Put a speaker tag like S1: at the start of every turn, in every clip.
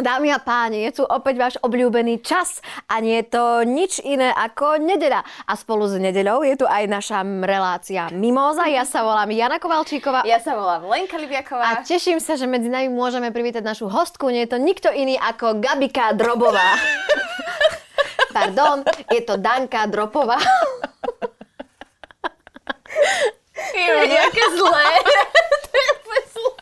S1: Dámy a páni, je tu opäť váš obľúbený čas a nie je to nič iné ako nedeľa. A spolu s nedeľou je tu aj naša relácia Mimóza. Ja sa volám Jana Kovalčíková
S2: Ja sa volám Lenka Libiaková.
S1: a teším sa, že medzi nami môžeme privítať našu hostku. Nie je to nikto iný ako Gabika Drobová. Pardon, je to Danka Dropová.
S2: je nejaké zlé. To je úplne zlé.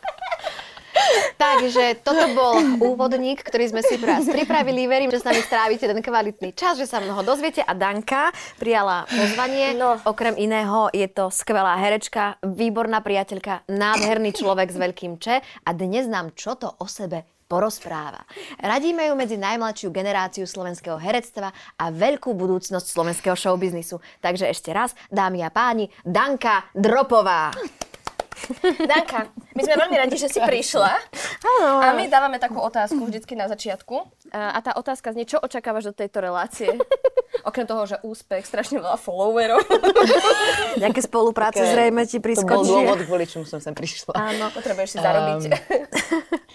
S1: Takže toto bol úvodník, ktorý sme si pre vás pripravili. Verím, že s nami strávite ten kvalitný čas, že sa mnoho dozviete. A Danka prijala pozvanie. No.
S2: No.
S1: Okrem iného je to skvelá herečka, výborná priateľka, nádherný človek s veľkým če a dnes nám čo to o sebe porozpráva. Radíme ju medzi najmladšiu generáciu slovenského herectva a veľkú budúcnosť slovenského showbiznisu. Takže ešte raz, dámy a páni, Danka Dropová.
S2: Danka, my sme veľmi radi, že si prišla. A my dávame takú otázku vždycky na začiatku. A a tá otázka znie, čo očakávaš od tejto relácie? Okrem toho, že úspech, strašne veľa followerov.
S1: Nejaké spolupráce
S3: Také-
S1: zrejme ti
S3: To bol
S1: priskočia.
S3: dôvod, kvôli čomu som sem prišla.
S2: Áno. Potrebuješ si zarobiť.
S3: Ehm,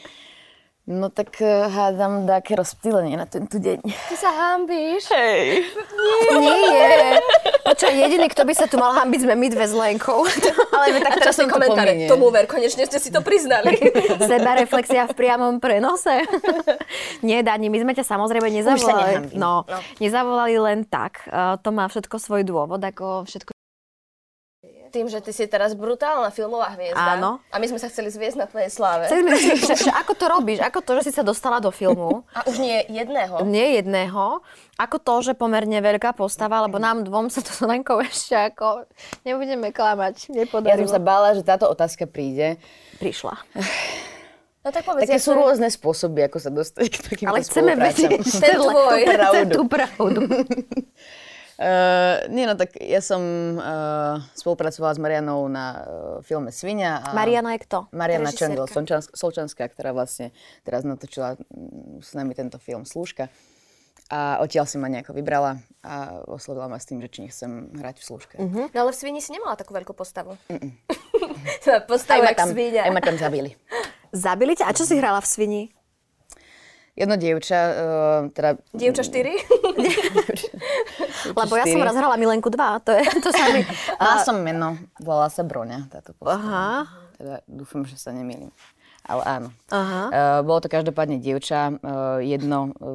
S3: No tak eh, hádam také rozptýlenie na tento deň.
S2: Ty sa hambíš.
S3: Hej.
S1: Nie. Počkaj, jediný, kto by sa tu mal hambiť, sme my dve s Lenkou.
S2: Ale my tak teraz
S3: som to
S2: komentáre.
S3: pominiem.
S2: Tomu ver, konečne ste si to priznali.
S1: Seba reflexia v priamom prenose. Nie, Dani, my sme ťa samozrejme nezavolali.
S3: nehambím.
S1: no, nezavolali len tak. Eh, to má všetko svoj dôvod, ako všetko.
S2: Tým, že ty si teraz brutálna filmová hviezda.
S1: Áno.
S2: A my sme sa chceli zviezť na tvojej sláve.
S1: Chceli sme zistiť, že, že ako to robíš, ako to, že si sa dostala do filmu,
S2: A už nie jedného.
S1: nie jedného, ako to, že pomerne veľká postava, lebo nám dvom sa to s Lenkou ešte ako, nebudeme klamať,
S3: Ja som sa
S1: nepodarilo.
S3: bála, že táto otázka príde.
S1: Prišla.
S2: No tak povedz, ja
S3: Také sú
S2: som-
S3: rôzne spôsoby, ako sa dostať k takýmto
S1: Ale chceme vedieť,
S2: Ten
S3: spoluprácam.
S2: tvoj.
S1: Lenka,
S3: Pravdu.
S1: tú pravdu.
S3: Eh, nie, no tak ja som eh, spolupracovala s Marianou na eh, filme Svinia. A
S1: Mariana je kto?
S3: Mariana
S1: Režisérka.
S3: Čendel Solčans- Solčanská, ktorá vlastne teraz natočila mm, s nami tento film Slúžka. A odtiaľ si ma nejako vybrala a oslovila ma s tým, že či nechcem hrať v Slúžke. Mm-hmm.
S2: No ale v Svini si nemala takú veľkú postavu. Postavu jak
S3: tam,
S2: svinia.
S3: aj ma tam zabili.
S1: Zabili ťa? A čo si hrala v Svini?
S3: Jedno dievča, eh, teda...
S2: Dievča 4?
S1: Lebo ja som raz hrala Milenku 2, to je to sa mi...
S3: Má som meno, volala sa Broňa, táto postava.
S1: Aha.
S3: Teda dúfam, že sa nemýlim. Ale áno.
S1: Aha.
S3: Eh, bolo to každopádne dievča, eh, jedno eh,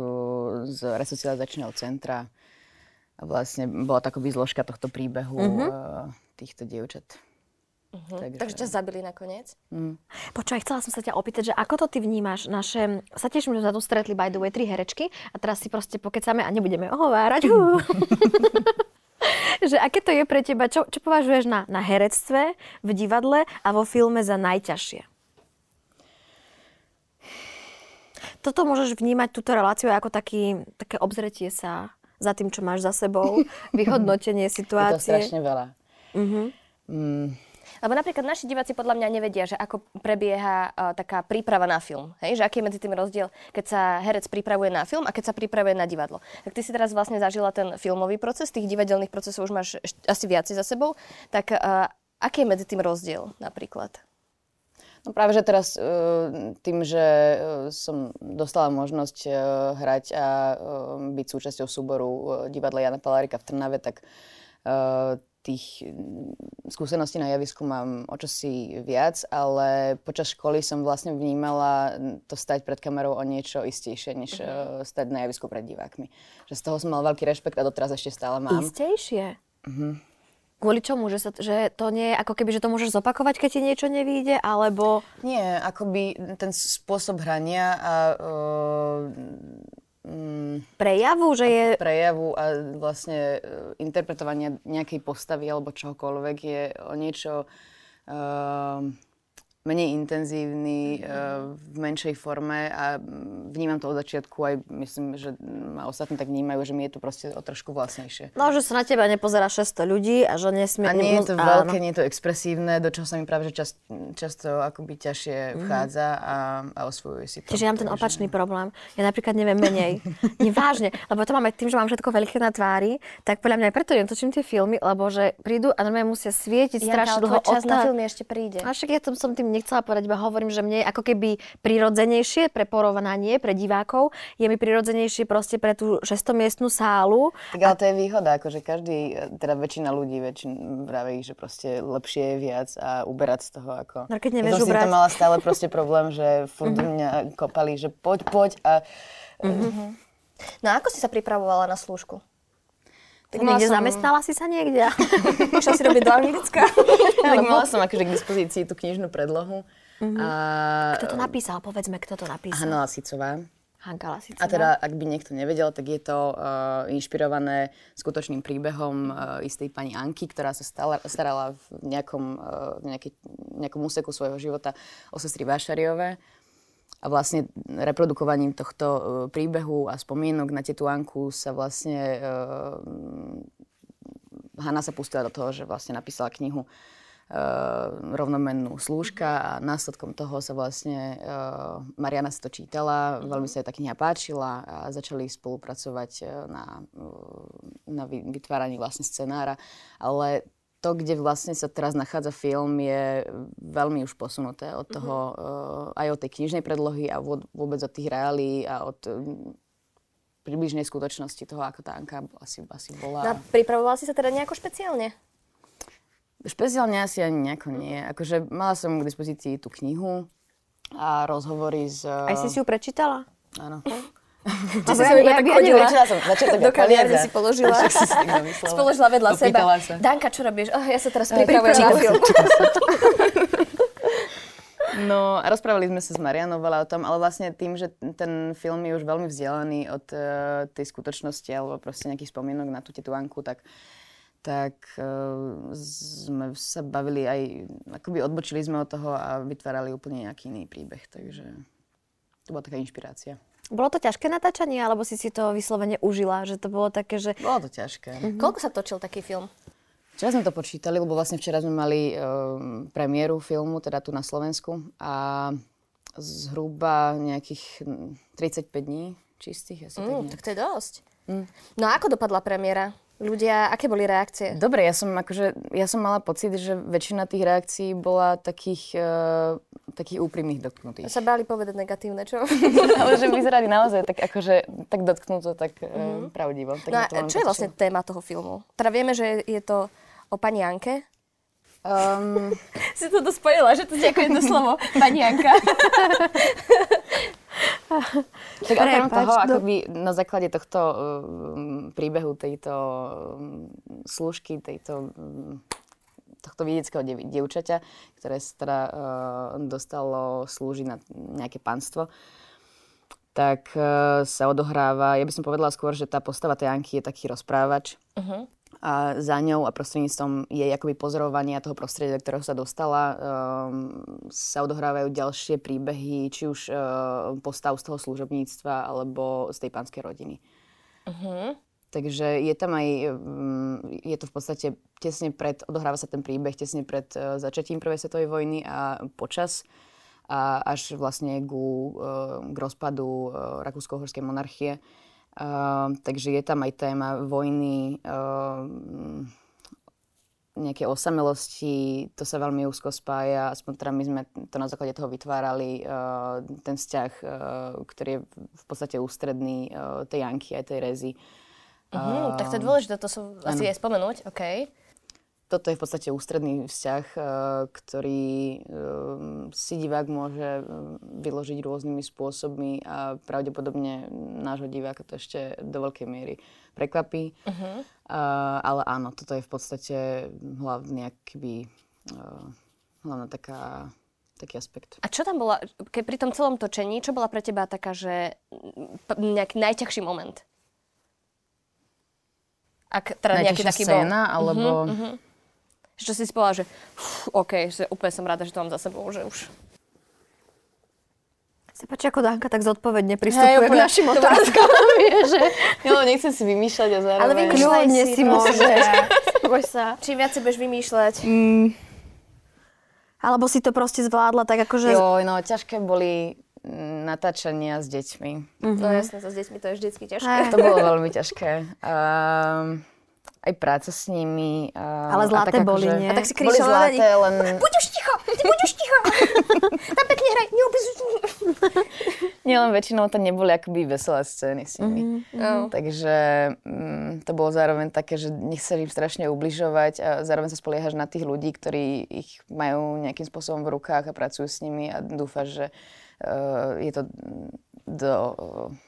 S3: z resocializačného centra. A vlastne bola taká zložka tohto príbehu eh, týchto dievčat.
S2: Takže ťa zabili nakoniec.
S1: Počúvaj, chcela som sa ťa opýtať, že ako to ty vnímaš naše... Sa tiež sme sa tu stretli, by the way, tri herečky a teraz si proste pokecáme a nebudeme ohovárať. Hú. že aké to je pre teba, čo, čo považuješ na, na herectve, v divadle a vo filme za najťažšie? Toto môžeš vnímať túto reláciu ako taký, také obzretie sa za tým, čo máš za sebou, vyhodnotenie
S3: Je to
S1: situácie.
S3: strašne veľa. Mm,
S2: Lebo napríklad naši diváci podľa mňa nevedia, že ako prebieha uh, taká príprava na film. Hej? Že aký je medzi tým rozdiel, keď sa herec pripravuje na film a keď sa pripravuje na divadlo. Tak ty si teraz vlastne zažila ten filmový proces, tých divadelných procesov už máš eš- asi viacej za sebou. Tak uh, aký je medzi tým rozdiel napríklad?
S3: No práve, že teraz eh, tým, že eh, som dostala možnosť eh, hrať a eh, byť súčasťou súboru eh, divadla Jana Palárika v Trnave, tak eh, tých mm, skúseností na javisku mám o čosi viac, ale počas školy som vlastne vnímala to stať pred kamerou o niečo istejšie, než eh, stať na javisku pred divákmi. Že z toho som mal veľký rešpekt a doteraz ešte stále mám.
S1: Istejšie?
S3: Mhm.
S1: Kvôli čomu? Že, sa, že to nie je ako keby, že to môžeš zopakovať, keď ti niečo nevíde, alebo...
S3: Nie, akoby ten spôsob hrania a e, eh, mm,
S1: prejavu, že je...
S3: prejavu a vlastne e, interpretovania nejakej postavy alebo čohokoľvek je o niečo ehm, menej intenzívny, e, v menšej forme a mm, vnímam to od začiatku aj myslím, že ma ostatní tak vnímajú, že mi je to proste o trošku vlastnejšie.
S1: No, že sa na teba nepozerá 600 ľudí a že nesmie...
S3: A nie je to
S1: nemus-
S3: veľké,
S1: Mm, áno.
S3: nie je to expresívne, do čoho sa mi práve že čas, často akoby ťažšie vchádza a, a osvojuje si
S1: Mhm.
S3: to.
S1: Čiže ja mám ten
S3: Takže-
S1: opačný problém. Ja napríklad neviem menej. Nevážne, lebo to máme tým, že mám všetko veľké na tvári, tak podľa mňa aj preto netočím tie filmy, lebo že prídu a normálne musia svietiť strašne dlho
S2: čas na
S1: odtá-
S2: film ešte príde.
S1: A však ja tam som tým nechcela povedať, iba hovorím, že mne je ako keby prirodzenejšie pre porovnanie, pre divákov, je mi prirodzenejšie proste pre tú 600-miestnú sálu.
S3: Tak ale to je výhoda, akože každý, teda väčšina ľudí väčšin, vraví, že proste lepšie je viac a uberať z toho ako...
S1: No, keď
S3: Ja
S1: nevieš
S3: som si
S1: ubrať. Mhm.
S3: to mala stále proste problém, že furt do mňa kopali, že poď, poď a...
S2: No a ako si sa pripravovala na slúžku?
S1: Tak
S2: mala
S1: niekde
S2: som-
S1: zamestnala si sa niekde?
S2: Išla si robiť do Anglicka?
S3: Tak mala som akože k dispozícii tú knižnú predlohu. A...
S1: Mhm. Kto to napísal? Povedzme, kto to napísal.
S3: Hanna Lasicová.
S1: Hanka Lasicová.
S3: A teda, ak by niekto nevedel, tak je to uh, inšpirované skutočným príbehom uh, istej pani Anky, ktorá sa stala, starala v nejakom, uh, v nejakej, nejakom úseku svojho života o sestry Vášariové. A vlastne reprodukovaním tohto uh, príbehu a spomienok na tetu Anku sa vlastne uh, Hanna sa pustila do toho, že vlastne napísala knihu eh, rovnomennú slúžka a následkom toho sa vlastne eh, Mariana si to čítala, veľmi sa jej tá kniha páčila a začali spolupracovať eh, na, eh, na vy- vytváraní vlastne scenára, ale to, kde vlastne sa teraz nachádza film, je veľmi už posunuté od toho, eh, aj od tej knižnej predlohy a vôd- vôbec od tých reálií a od eh, približnej skutočnosti toho, ako tá Anka asi, asi bola.
S2: No, a pripravovala si sa teda nejako špeciálne?
S3: Špeciálne asi ani nejako nie. Akože mala som k dispozícii tú knihu a rozhovory s...
S1: Aj si si ju prečítala?
S3: Áno.
S1: Ty
S2: si iba tak chodila.
S3: Začala som, začala tak
S2: Do kaviarne si položila.
S3: Však si si tak domyslela.
S2: Spoložila vedľa seba.
S3: Opýtala sa.
S2: Danka, čo robíš? Oh, ja sa teraz pripravujem na
S1: pripravujem sa,
S2: film.
S3: No a rozprávali sme sa s Marianou veľa o tom, ale vlastne tým, že ten film je už veľmi vzdialený od eh, tej skutočnosti alebo proste nejakých spomienok na tú tetu Anku, tak tak eh, sme sa bavili aj, akoby odbočili sme od toho a vytvárali úplne nejaký iný príbeh, takže to bola taká inšpirácia.
S1: Bolo to ťažké natáčanie, alebo si si to vyslovene užila? Že to bolo také, že
S3: Bolo to ťažké.
S2: Koľko sa točil taký film?
S3: Včera sme Mhm. to počítali, lebo vlastne včera sme mali um, premiéru filmu, teda tu na Slovensku a zhruba nejakých mm, 35 dní čistých, asi mm.
S2: Mm,
S3: tak Mm. nejak.
S2: tak to je dosť. No a ako dopadla premiéra? Ľudia, aké boli reakcie?
S3: Dobre, ja som akože, ja som mala pocit, že väčšina tých reakcií bola takých, uh, takých úprimných dotknutých.
S2: Sa báli povedať negatívne, čo?
S3: Ale že vyzerali naozaj tak akože, tak dotknuto, tak uh, pravdivo. Tak
S2: No a
S3: ma to veľmi
S2: čo je vlastne téma toho filmu? Teda vieme, že je to o pani Anke.
S3: potešilo. Um,
S2: Si to dospojila, že to ďakujem do slovo. Pani Anka.
S3: Tak okrem
S1: Prepáč,
S3: toho,
S1: no.
S3: akoby na základe tohto um, príbehu, tejto um, služky, tejto, um, tohto vidieckého dev- dievčaťa, ktoré sa teda uh, dostalo slúžiť na nejaké panstvo, tak uh, sa odohráva, ja by som povedala skôr, že tá postava tej Anky je taký rozprávač
S2: Uh-huh.
S3: a za ňou a prostredníctvom jej akoby pozorovania toho prostredia, do ktorého sa dostala, um, sa odohrávajú ďalšie príbehy, či už um, postav z toho služobníctva alebo z tej pánskej rodiny.
S2: Uh-huh.
S3: Takže je tam aj, um, je to v podstate tesne pred, odohráva sa ten príbeh tesne pred uh, začatím Prvej svetovej vojny a počas a až vlastne ku, uh, k rozpadu uh, Rakúsko-Horskej monarchie. Uh, takže je tam aj téma vojny, uh, nejaké osamelosti, to sa veľmi úzko spája, aspoň teda my sme to na základe toho vytvárali, uh, ten vzťah, uh, ktorý je v podstate ústredný uh, tej Janky aj tej Rezy. Mhm,
S2: Uh-huh. Tak to je dôležité, to sú asi aj spomenúť. OK.
S3: Toto je v podstate ústredný vzťah, eh, ktorý eh, si divák môže eh, vyložiť rôznymi spôsobmi a pravdepodobne nášho diváka to ešte do veľkej miery prekvapí. Uh-huh. Ale áno, toto je v podstate hlavný akby, hlavná taká, taký aspekt.
S2: A čo tam bola, keď pri tom celom točení, čo bola pre teba taká, že p- nejaký najťažší moment? Ak teda nejaký
S3: Najťažšia
S2: taký bol,
S3: scéna, alebo...
S2: čo si spola, že uf, OK, že úplne som rada, že to mám za sebou, že už.
S1: sa páči, ako Danka tak zodpovedne pristupuje k
S2: úplne,
S1: našim
S2: to
S1: otázkam.
S3: Jo, nechcem si vymýšľať a zároveň...
S1: vymýšľaj Kľudne si môžeš.
S2: Neboj sa. Čím viac si budeš vymýšľať.
S1: Alebo si to proste zvládla tak akože...
S3: Jo, no ťažké boli mm, natáčania s deťmi.
S2: No jasne, to s deťmi to je vždycky ťažké.
S1: Aj.
S3: To bolo veľmi ťažké. Um, aj práca s nimi. Um,
S1: Ale zlaté boli, nie?
S2: A tak si
S3: boli
S2: kričala na
S3: zlaté, len...
S2: Buď už ticho, ty buď už ticho.
S1: Tam pekne hraj, neopizuj.
S3: Nielen väčšinou to neboli akoby veselé scény s
S1: Mhm.
S3: nimi.
S2: Mhm.
S3: Mm-hmm. Takže mm, to bolo zároveň také, že nechceš im strašne ubližovať a zároveň sa spoliehaš na tých ľudí, ktorí ich majú nejakým spôsobom v rukách a pracujú s nimi a dúfaš, že uh, je to do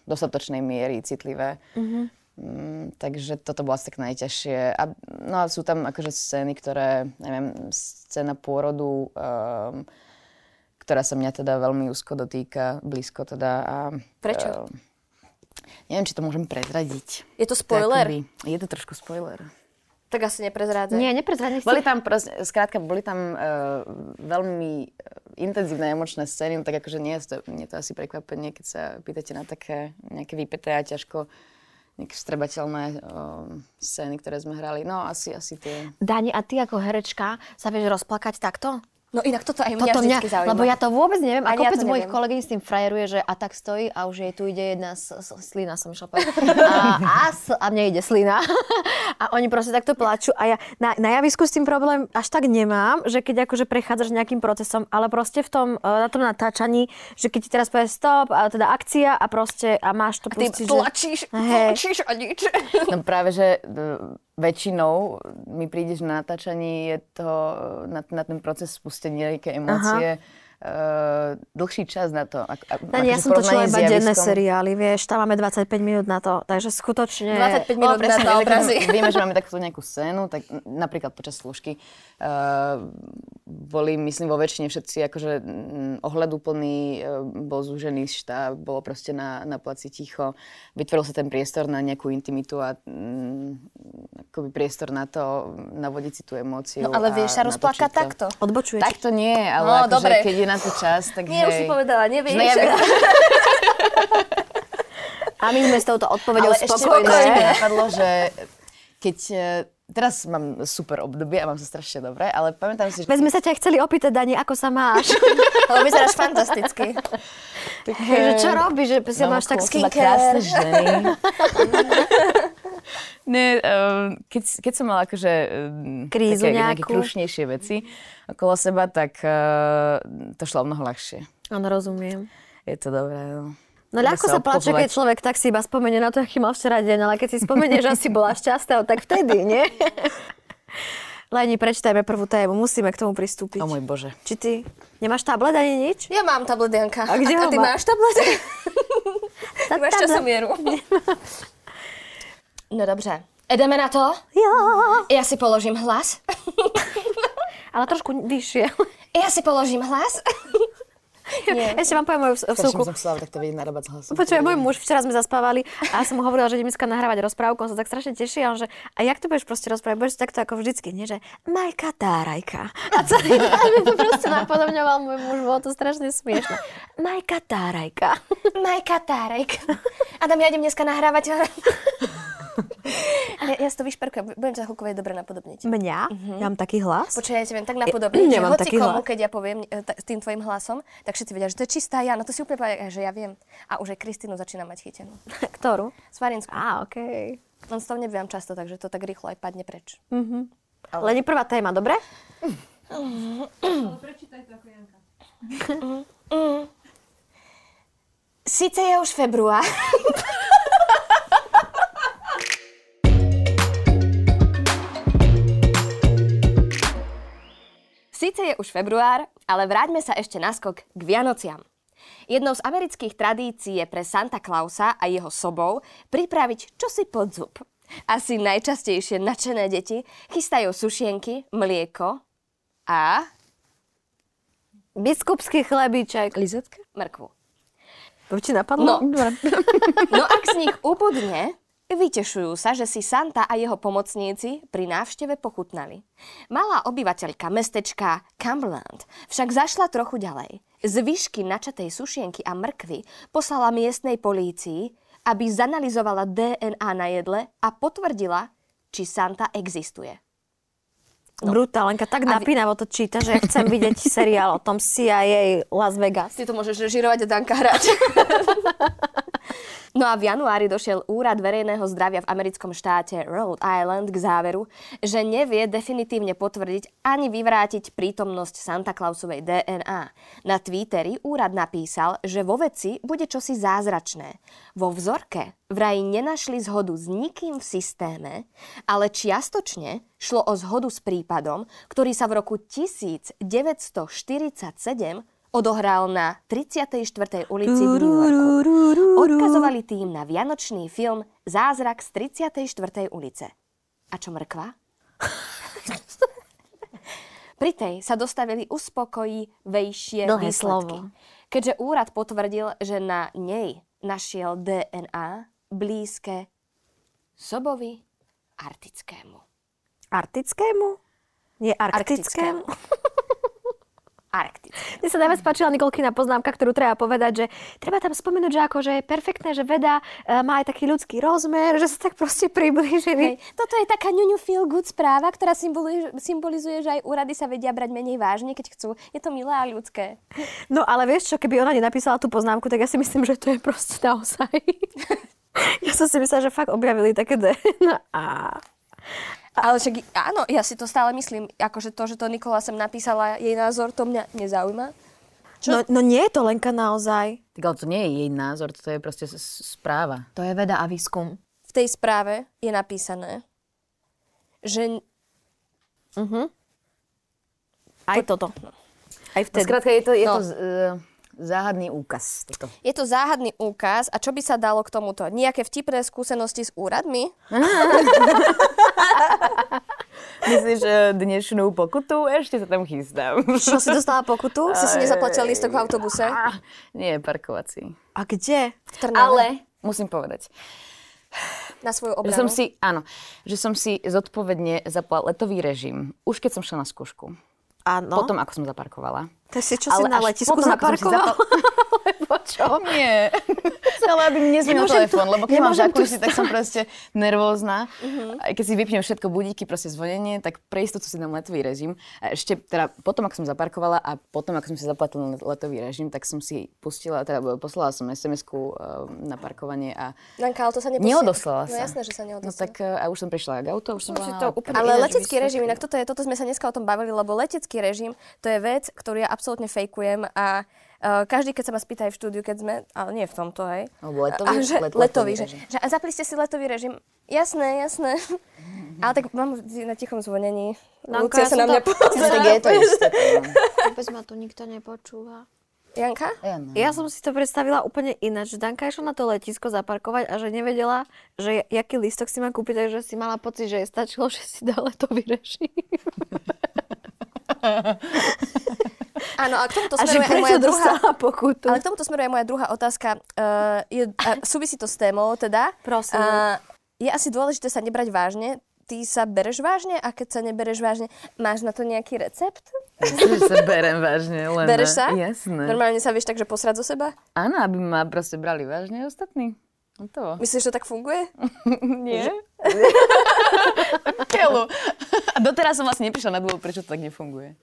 S3: dostatočnej miery citlivé. Mm-hmm. Mm, takže toto bolo asi tak najťažšie. A, no a sú tam akože scény, ktoré, neviem, scéna pôrodu... Um, ktorá sa mňa teda veľmi úzko dotýka, blízko teda. A,
S4: Prečo?
S3: Uh, neviem, či to môžem prezradiť.
S4: Je to spoiler?
S3: Takoby, je to trošku spoiler.
S4: Tak asi neprezrádzaj.
S1: Nie, neprezradne
S3: Boli tam, proste, skrátka, boli tam uh, veľmi intenzívne emočné scény, no tak akože nie je to, nie je to asi prekvapenie, keď sa pýtate na také nejaké vypeté a ťažko nejaké vstrebateľné um, scény, ktoré sme hrali. No, asi, asi tie.
S1: Dani, a ty ako herečka sa vieš rozplakať takto?
S2: No inak toto aj mňa
S1: Toto mňa,
S2: vždycky zaujíma.
S1: lebo ja to vôbec neviem. A
S2: Ani ja
S1: kopec
S2: to
S1: mojich
S2: neviem.
S1: kolegyň s tým frajeruje, že a tak stojí a už jej tu ide jedna s, s, slina, som išla povedať. A, a, s, a mne ide slina. A oni proste takto plačú. A ja na, na javisku s tým problém až tak nemám, že keď akože prechádzaš nejakým procesom, ale proste v tom, eh, na tom natáčaní, že keď ti teraz povie stop, a teda akcia a proste a máš to
S2: Ty
S1: pustiť, že...
S2: tlačíš,
S1: Hej.
S2: tlačíš a nič.
S3: No práve, že e, väčšinou mi prídeš na natáčanie, je to e, na, na ten proces spustenia nejaké emócie. Uh, dlhší čas na to. Ak, ak,
S1: Dani, ja
S3: akože
S1: som točila
S3: porovnaní s
S1: iba denné
S3: javiskom.
S1: seriály, vieš, tam máme 25 minút na to, takže skutočne...
S2: 25 minút na
S3: Presne,
S2: to
S3: že keď
S2: obrazy.
S3: Vieme, že máme takúto nejakú scénu, tak n- napríklad počas služky uh, boli, myslím, vo väčšine všetci akože mm, ohľadúplný, uh, bol zúžený štáb, bolo proste na, na placi ticho, vytvoril sa ten priestor na nejakú intimitu a mm, akoby priestor na to, navodiť si tú emóciu.
S2: No ale
S3: a
S2: vieš sa
S3: natočiť
S2: rozplakať
S3: to.
S2: takto.
S1: Odbočuješ.
S3: Takto nie,
S2: No,
S3: ale akože,
S2: dobre.
S3: keď je na to čas, tak
S4: Nie, už si
S3: hej.
S4: povedala, nevieš.
S3: No ja by-
S1: A my sme s touto odpovedou
S3: ešte mi
S1: spokojné.
S3: napadlo, že keď... e, Teraz mám super obdobie a mám sa strašne dobre, ale pamätám si, že...
S1: Veď sme sa ťa chceli opýtať, Dani, ako sa máš?
S2: Lebo vyzeráš fantasticky.
S1: Hej, že čo robíš, že si
S3: Mám
S1: máš tak
S3: okolo seba
S1: skincare?
S3: krásne ženy. ne, um, keď, keď som mala akože um,
S1: Krízu
S3: také, nejaké
S1: nejakú.
S3: krušnejšie veci okolo seba, tak uh, to šlo o mnoho ľahšie.
S1: Áno, rozumiem.
S3: Je to dobré, no.
S1: No
S3: Treba
S1: ľahko sa plače, keď
S3: obklopovať.
S1: človek tak si iba spomenie na to, aký mal včera deň, ale keď si spomenieš, že asi bola šťastná, tak vtedy, nie? Leni, prečítajme prvú tému, musíme k tomu pristúpiť.
S3: O môj Bože.
S1: Či ty nemáš tablet ani nič?
S2: Ja mám tablet, Janka.
S1: A kde ho
S2: ty
S1: má-
S2: máš tablet? ty
S1: tablet.
S2: máš časomieru. no dobře. Jdeme na to?
S1: Jo,
S2: Já si položím hlas.
S1: ale trošku vyššie.
S2: Já si položím hlas. Nie.
S1: Ešte vám poviem moju vs- vsúku.
S3: Strašne som chcela takto vedieť narábať s hlasom.
S1: Počujem, môj muž, včera sme zaspávali a ja som mu hovorila, že idem dneska nahrávať rozprávku, on sa tak strašne teší a on že, a jak to budeš proste rozprávať, budeš takto ako vždycky, nie, že Majka Tárajka. A celý deň mi to proste napodobňoval môj muž, bolo to strašne smiešne. Majka Tárajka.
S2: Majka Tárek. Adam, ja idem dneska nahrávať. Ale ja si to vyšperkujem, budem za chvíľku vedieť dobre napodobniť.
S1: Mňa? Ja mám taký hlas?
S2: Počkaj, ja ti viem tak napodobniť, že
S1: nemám
S2: hoci
S1: taký
S2: komu,
S1: hlas.
S2: keď ja poviem e, ta- s tým tvojim hlasom, tak všetci vedia, že to je čistá ja, no to si úplne povedia, že ja viem. A už aj Kristínu začína mať chytenú.
S1: Ktorú?
S2: Svarinsku.
S1: Á, okej.
S2: On s tom nebývam často, takže to tak rýchlo aj padne preč.
S1: Leni, prvá téma, dobre?
S2: Sice je už február. Sice je už február, ale vráťme sa ešte naskok k Vianociam. Jednou z amerických tradícií je pre Santa Clausa a jeho sobou pripraviť čosi pod zub. Asi najčastejšie nadšené deti chystajú sušienky, mlieko a
S1: Biskupský chlebíček. Lizetka?
S2: mrkvu.
S1: To by ti napadlo?
S2: No.
S1: Dobre.
S2: No ak z nich upodne, vytešujú sa, že si Santa a jeho pomocníci pri návšteve pochutnali. Malá obyvateľka mestečka Cumberland však zašla trochu ďalej. Zvyšky načatej sušienky a mrkvy poslala miestnej polícii, aby zanalizovala DNA na jedle a potvrdila, či Santa existuje.
S1: No. Brutálenka, tak napínavo to číta, že ja chcem vidieť seriál o tom CIA Las Vegas.
S2: Ty to môžeš režirovať a Danka hrať. No a v januári došiel Úrad verejného zdravia v americkom štáte Rhode Island k záveru, že nevie definitívne potvrdiť ani vyvrátiť prítomnosť Santa Clausovej DNA. Na Twitteri úrad napísal, že vo veci bude čosi zázračné. Vo vzorke vraj nenašli zhodu s nikým v systéme, ale čiastočne šlo o zhodu s prípadom, ktorý sa v roku 1947 odohral na 34. ulici v New Yorku. Odkazovali tým na vianočný film Zázrak z 34. ulice. A čo mrkva? Pri tej sa dostavili uspokojivejšie
S1: Dlhé
S2: výsledky.
S1: slovo.
S2: Keďže úrad potvrdil, že na nej našiel DNA blízke Sobovi Artickému.
S1: Artickému? Nie arktickému?
S2: Arktickému.
S1: Mne sa najviac páčila Nikolkina poznámka, ktorú treba povedať, že treba tam spomenúť, že akože je perfektné, že veda e, má aj taký ľudský rozmer, že sa tak proste priblížili.
S2: Hej. Toto je taká ňuňu feel good správa, ktorá symboli- symbolizuje, že aj úrady sa vedia brať menej vážne, keď chcú. Je to milé a ľudské.
S1: No ale vieš čo, keby ona nenapísala tú poznámku, tak ja si myslím, že to je proste naozaj. ja som si myslela, že fakt objavili také DNA.
S2: Ale však, áno, ja si to stále myslím. Akože to, že to Nikola sem napísala, jej názor, to mňa nezaujíma.
S1: No, no nie je to Lenka naozaj.
S3: Tak ale to nie je jej názor, to je proste s- s- správa.
S1: To je veda a výskum.
S2: V tej správe je napísané, že
S1: Aj toto. Aj
S3: No,
S1: vtedy.
S3: skrátka, je to, je
S2: No.
S3: to z, uh, záhadný úkaz. Toto.
S2: je to záhadný úkaz a čo by sa dalo k tomuto? Nejaké vtipné skúsenosti s úradmi?
S3: Myslíš že dnešnú pokutu? Ešte sa tam chystám.
S1: Čo si dostala pokutu?
S2: Si si nezaplatila lístok v autobuse?
S3: Á, Nie, parkovací.
S1: A kde?
S2: V Trnave?
S3: Ale musím povedať,
S2: Na svoju
S3: že
S2: obranu?
S3: som si, áno, že som si zodpovedne zapla letový režim, už keď som šla na skúšku.
S1: Áno.
S3: Potom, ako som zaparkovala.
S1: to si čo si
S3: Ale
S1: na
S3: až
S1: letisku
S3: potom, ako som si
S1: zaparkovala?
S3: zapla-
S1: Lebo čo?
S3: Nie. Ale aby mi nezmenil
S1: Nemôžem
S3: telefón,
S1: tu-
S3: lebo keď mám
S1: nemôžem tu
S3: zákulisy, tak som proste nervózna.
S2: Mhm.
S3: Aj keď si vypnem všetko budíky, proste zvonenie, tak pre istotu si dám letový režim. A ešte teda potom, ako som zaparkovala a potom, ako som si zaplatila let- letový režim, tak som si pustila, teda bo- poslala som SMS-ku um, na parkovanie a
S2: Nanka, ale to sa neposiela.
S3: neodoslala
S2: No
S3: sa.
S2: jasné, že sa neodoslala.
S3: No tak e, a už som prišla k autu, už som bola na lopke.
S2: Ale letecký režim, inak toto, je, toto sme sa dneska o tom bavili, lebo letecký režim to je vec, ktorú ja absolútne fejkujem a uh, každý, keď sa ma spýta aj v štúdiu, keď sme, ale nie v tomto, hej.
S3: Alebo letový,
S2: a, že,
S3: let- letový
S2: letový, že,
S3: režim.
S2: že a zapli ste si letový režim. Jasné, jasné. Ale tak mám vždy na tichom zvonení.
S1: Nanko,
S2: Lucia
S1: ja
S2: sa
S1: som
S2: na mňa
S1: to-
S3: No, tak
S2: pozerá.
S3: je to isté. to-
S1: Vôbec ma tu nikto nepočúva.
S2: Janka?
S3: Ja, no.
S1: Ja som si to predstavila úplne ináč, že Danka išla na to letisko zaparkovať a že nevedela, že jaký lístok si má kúpiť, takže si mala pocit, že jej stačilo, že si dá letový režim.
S2: Áno, a k tomuto
S1: a že
S2: smeruje aj moja
S1: prečo
S2: druhá...
S1: dostala pokutu.
S2: Ale k tomuto smeru je moja druhá otázka. Uh, je, a súvisí to s témou teda.
S1: Prosím.
S2: Uh, je asi dôležité sa nebrať vážne. Ty sa bereš vážne a keď sa nebereš vážne, máš na to nejaký recept?
S3: Myslím, že sa berem vážne, len...
S2: Bereš sa?
S3: Jasné.
S2: Normálne sa vieš tak, že posrať zo seba?
S3: Áno, aby ma proste brali vážne ostatní. No to.
S2: Myslíš, že to tak funguje?
S3: Nie? Keľu. A doteraz som vlastne neprišla na dôvod, prečo to tak nefunguje.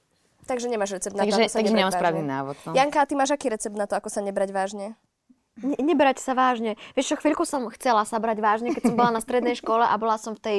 S2: Takže nemáš recept na to,
S3: Takže,
S2: ako sa
S3: takže
S2: nebrať
S3: nemám
S2: vážne.
S3: správny návod. No.
S2: Janka, a ty máš aký recept na to, ako sa nebrať vážne?
S1: Ne, nebrať sa vážne. Vieš čo, chvíľku som chcela sa brať vážne, keď som bola na strednej škole a bola som v tej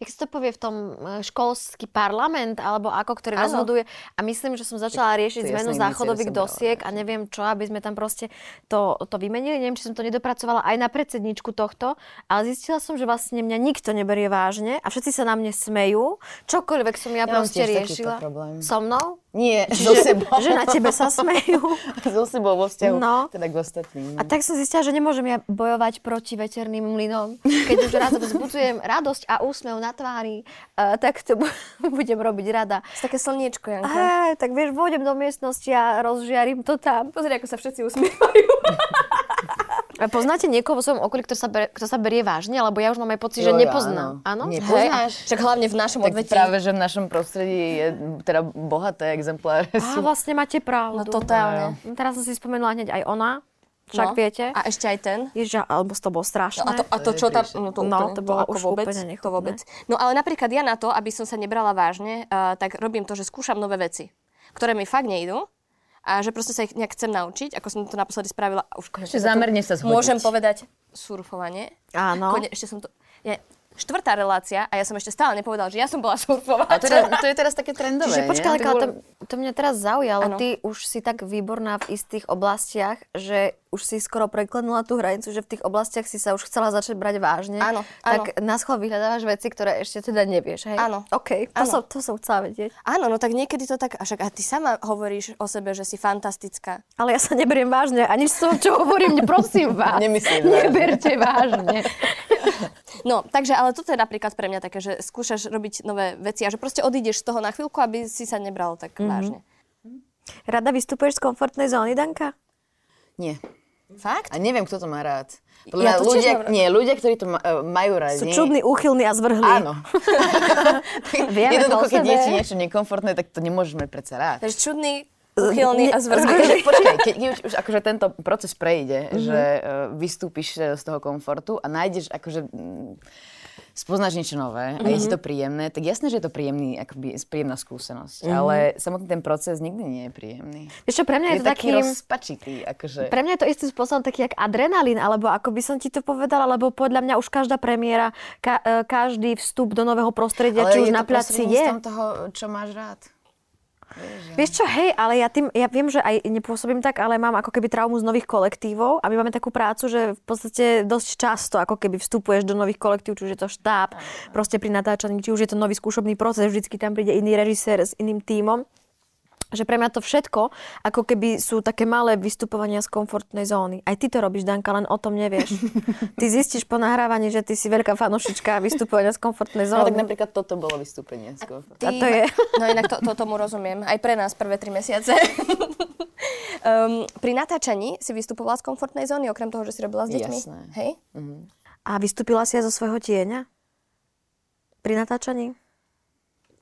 S1: jak sa to povie v tom e, školský parlament, alebo ako, ktorý
S2: Áno.
S1: rozhoduje. A myslím, že som začala riešiť
S3: to ja
S1: zmenu
S3: som
S1: záchodových
S3: iniciatívu som brala,
S1: dosiek a neviem čo, aby sme tam proste to, to vymenili. Neviem, či som to nedopracovala aj na predsedničku tohto, ale zistila som, že vlastne mňa nikto neberie vážne a všetci sa na mne smejú. Čokoľvek som ja,
S3: Ja mám
S1: proste
S3: tiež takýto
S1: riešila.
S3: problém.
S1: So mnou?
S3: Nie, so
S1: Že,
S3: sebou.
S1: že na tebe sa smejú.
S3: so sebou vo vzťahu,
S1: No.
S3: teda k ostatným.
S1: A tak som zistila, že nemôžem ja bojovať proti veterným mlynom. Keď už raz vzbudzujem radosť a úsmev na tvári, eh, tak to bu- budem robiť rada.
S2: Si také slniečko, Janka.
S1: Á, tak vieš, vôjdem do miestnosti a rozžiarím to tam.
S2: Pozri, ako sa všetci usmievajú.
S1: A poznáte niekoho vo svojom okolí, kto sa, berie, kto sa berie vážne? Lebo ja už mám aj pocit, že
S3: Jo, ja,
S1: nepoznám. Áno?
S3: áno.
S2: Hej, a
S3: Nepoznáš?
S2: však hlavne v našom
S3: Tak
S2: odvetí.
S3: práve, že v našom prostredí je teda bohaté exempláre.
S1: Á,
S3: sú.
S1: vlastne máte pravdu.
S2: No totálne.
S1: No, Teraz som si spomenula hneď aj ona. Však
S2: No.
S1: viete.
S2: A ešte aj ten.
S1: Ježiš, alebo to bolo strašné.
S2: No a to, a to čo tá... No, to,
S1: No,
S2: úplne,
S1: to bolo
S2: ako
S1: už
S2: vôbec,
S1: úplne nechutné.
S2: to vôbec. No ale napríklad ja na to, aby som sa nebrala vážne, uh, tak robím to, že skúšam nové veci, ktoré mi fakt nejdu a že proste sa ich nejak chcem naučiť, ako som to naposledy spravila. a Už konečne
S3: Ešte
S2: sa tu
S3: zámerne sa zhodiť.
S2: Môžem povedať, surfovanie.
S1: Áno.
S2: Kone, ešte som to... Ja, štvrtá relácia a ja som ešte stále nepovedal, že ja som bola surfovať.
S3: A teda- to je, to je teraz také trendové,
S1: Čiže
S3: nie?
S1: počkaj,
S3: To
S1: Lenka, ale
S3: bolo-
S1: to, to mňa teraz zaujalo.
S2: Áno.
S1: Ty už si tak výborná v istých oblastiach, že už si skoro preklenula tú hranicu, že v tých oblastiach si sa už chcela začať brať vážne.
S2: Áno,
S1: Tak na schvál vyhľadávaš veci, ktoré ešte teda nevieš, hej?
S2: Áno.
S1: OK, to,
S2: Áno.
S1: Som, to som chcela vedieť.
S2: Áno, no tak niekedy to tak... A však a ty sama hovoríš o sebe, že si fantastická.
S1: Ale ja sa neberiem vážne, ani z toho, čo hovorím, prosím vás.
S3: Nemyslíš vážne.
S1: Neberte vážne.
S2: No, takže ale toto je napríklad pre mňa také, že skúšaš robiť nové veci a že proste odídeš z toho na chvíľku, aby si sa nebral tak
S1: Mhm.
S2: mm-hmm. vážne.
S1: Rada vystupuješ z komfortnej zóny, Danka?
S3: Nie.
S2: Fakt?
S3: A neviem, kto to má rád.
S2: Ja
S3: Podľa ja
S2: to tiež
S3: ľudia,
S2: mám rád.
S3: nie, ľudia, ktorí to ma, eh, majú radi.
S1: Sú čudní, úchylní a zvrhlí.
S3: Áno.
S1: Vieme
S3: Jednoducho,
S1: to o
S3: keď
S1: sebe.
S3: je ti niečo nekomfortné, tak to nemôžeš mať predsa rád.
S2: Takže čudný, uchylný a zvrhlý.
S3: Akože, počkaj, keď keď už, už akože tento proces prejde,
S1: Mhm.
S3: mm-hmm. že uh, vystúpiš eh, z toho komfortu a nájdeš akože... mm, Spoznáš niečo nové a je
S1: Mhm.
S3: ti to príjemné, tak jasné, že je to príjemný, akoby, príjemná
S1: Mhm.
S3: skúsenosť, mm-hmm. ale samotný ten proces nikdy nie je príjemný.
S1: Vieš čo, pre mňa je,
S3: Je,
S1: to
S3: taký
S1: takým...
S3: rozpačitý, akože...
S1: Pre mňa je to istým spôsobom taký jak adrenalín, alebo ako by som ti to povedala, lebo podľa mňa už každá premiéra, ka- e, každý vstup do nového prostredia, či už
S3: je
S1: na
S3: to
S1: placi
S3: prostredníctvom
S1: je.
S3: toho, čo máš rád.
S1: Vieš čo, hej, ale ja, tým, ja viem, že aj nepôsobím tak, ale mám ako keby traumu z nových kolektívov a my máme takú prácu, že v podstate dosť často ako keby vstupuješ do nových kolektív, či už je to štáb, proste pri natáčaní, či už je to nový skúšobný proces, vždycky tam príde iný režisér s iným tímom že pre mňa to všetko, ako keby sú také malé vystupovania z komfortnej zóny. Aj ty to robíš, Danka, len o tom nevieš. Ty zistíš po nahrávaní, že ty si veľká fanušička vystupovania z komfortnej
S3: No, tak
S1: zóny.
S3: napríklad toto bolo vystúpenie. skôr.
S1: A to je...
S2: No inak to, to tomu rozumiem. Aj pre nás prvé tri mesiace. um, pri natáčaní si vystupovala z komfortnej zóny, okrem toho, že si robila s deťmi?
S3: Jasné.
S2: Hej?
S1: A vystúpila si aj zo svojho tieňa? Pri natáčaní?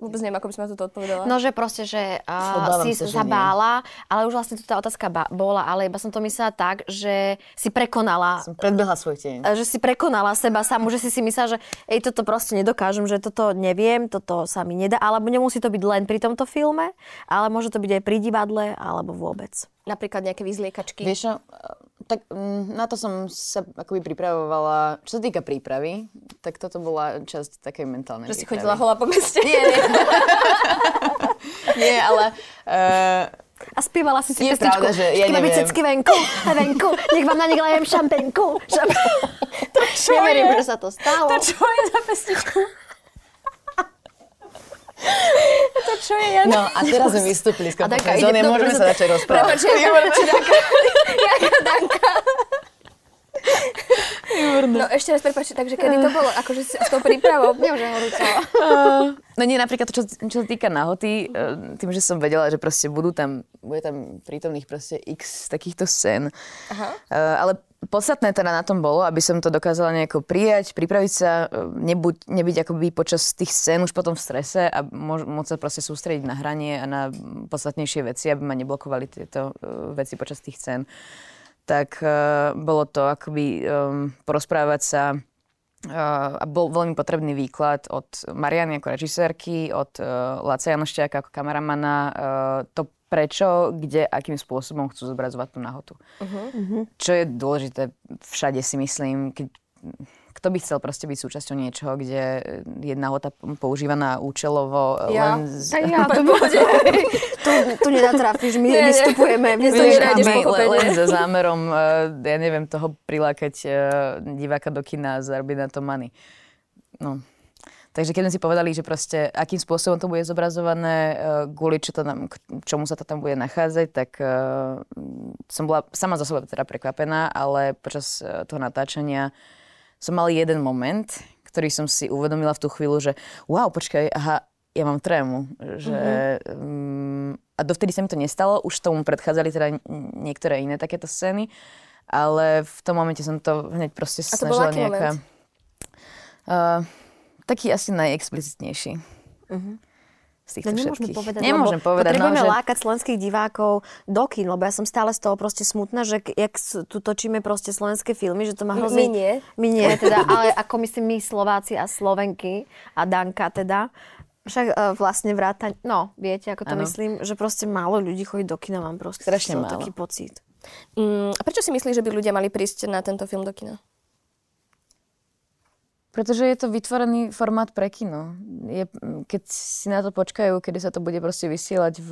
S2: Vôbec neviem, ako by som na toto odpovedala.
S1: No, že proste, že uh,
S3: Obávam
S1: si
S3: sa, že
S1: sa
S3: nie.
S1: bála, ale už vlastne tu tá otázka ba- bola, ale iba som to myslela tak, že si prekonala
S3: Som predbehla svoj deň.
S1: že si prekonala seba samu, že si si myslela, že ej, toto proste nedokážem, že toto neviem, toto sa mi nedá, alebo nemusí to byť len pri tomto filme, ale môže to byť aj pri divadle, alebo vôbec.
S2: Napríklad nejaké vyzliekačky.
S3: Vieš čo, tak mm, na to som sa akoby pripravovala, čo sa týka prípravy, tak toto bola časť takej mentálnej
S2: že si
S3: prípravy.
S2: chodila hola po meste.
S3: Nie, nie. nie, ale uh,
S1: A spievala si si
S3: Je
S1: pesničku,
S3: pravda, že ja
S1: "Všetky babi
S3: neviem.
S1: cecky venku, venku, nech vám na nich lejem šampenku. Šam...
S2: Čo
S1: Neverím,
S2: je?
S1: že sa to stalo.
S2: To čo je za pesničku? to čo je? Ja
S3: no a teraz sme vystúpili z
S1: A Danka ide-
S3: komfortnej zóny,
S1: dobre,
S3: môžeme
S1: že
S3: sa začať
S2: no,
S3: rozprávať.
S2: Prepač, ja neviem, či Danka. Jaká Danka. No ešte raz prepáčte, takže kedy to bolo? Akože si s tou prípravou? Mne už je horúco.
S3: No nie, napríklad to, čo, čo sa týka nahoty, eh, tým, že som vedela, že proste budú tam, bude tam prítomných proste x takýchto scén. Aha. Ale podstatné teda na tom bolo, aby som to dokázala nejako prijať, pripraviť sa, eh, nebuď, nebyť akoby počas tých scén už potom v strese a môž, môcť sa proste sústrediť na hranie a na mm, podstatnejšie veci, aby ma neblokovali tieto eh, veci počas tých scén. Tak eh, bolo to akoby um, porozprávať sa Uh, a bol veľmi potrebný výklad od Mariany ako režisérky, od uh, Laca Janošťáka ako kameramana, uh, to prečo, kde, akým spôsobom chcú zobrazovať tú nahotu. Uh-huh. Čo je dôležité všade si myslím, keď kto by chcel proste byť súčasťou niečoho, kde eh, je nahota používaná účelovo eh,
S2: Ja.
S3: len z...
S1: Ja, to bude. tu, tu nenatrafíš, my
S2: nie.
S1: vystupujeme, mne to
S2: Nie,
S1: nie,
S2: nie, nájdeš
S3: Len-
S2: pochopenie.
S3: len so zámerom, eh, ja neviem, toho prilákať eh, diváka do kina a zarobiť na to money. No. Takže keď sme si povedali, že proste akým spôsobom to bude zobrazované, eh, kvôli čo to nám, k čomu sa to tam bude nachádzať, tak eh, som bola sama za seba teda prekvapená, ale počas eh, toho natáčania som mala jeden moment, ktorý som si uvedomila v tú chvíľu, že wow, počkaj, aha, ja mám trému. Že,
S1: Mhm.
S3: um, a dovtedy sa mi to nestalo, už tomu predchádzali teda n- niektoré iné takéto scény, ale v tom momente som to hneď proste
S2: to bol
S3: snažila
S2: aký
S3: nejaká... Uh, taký asi najexplicitnejší. Z týchto
S1: Mhm. No nemôžeme
S3: všetkých.
S1: povedať,
S3: Nemôžem
S1: lebo
S3: povedať, no,
S1: potrebujeme
S3: že...
S1: lákať slovenských divákov do kín, lebo ja som stále z toho proste smutná, že k- jak s- tu točíme proste slovenské filmy, že to má
S2: M-
S1: hrozný...
S2: my nie.
S1: My nie, teda, ale ako myslím my Slováci a Slovenky a Danka teda, však e, vlastne vrátaň, no, viete, ako to
S3: Áno.
S1: myslím, že proste málo ľudí chodí do kina, mám proste z
S3: Strašne
S1: toho
S3: málo.
S1: taký pocit.
S2: Mm, a prečo si myslíš, že by ľudia mali prísť na tento film do kina?
S3: Pretože je to vytvorený formát pre kino. Je, keď si na to počkajú, kedy sa to bude proste vysielať v,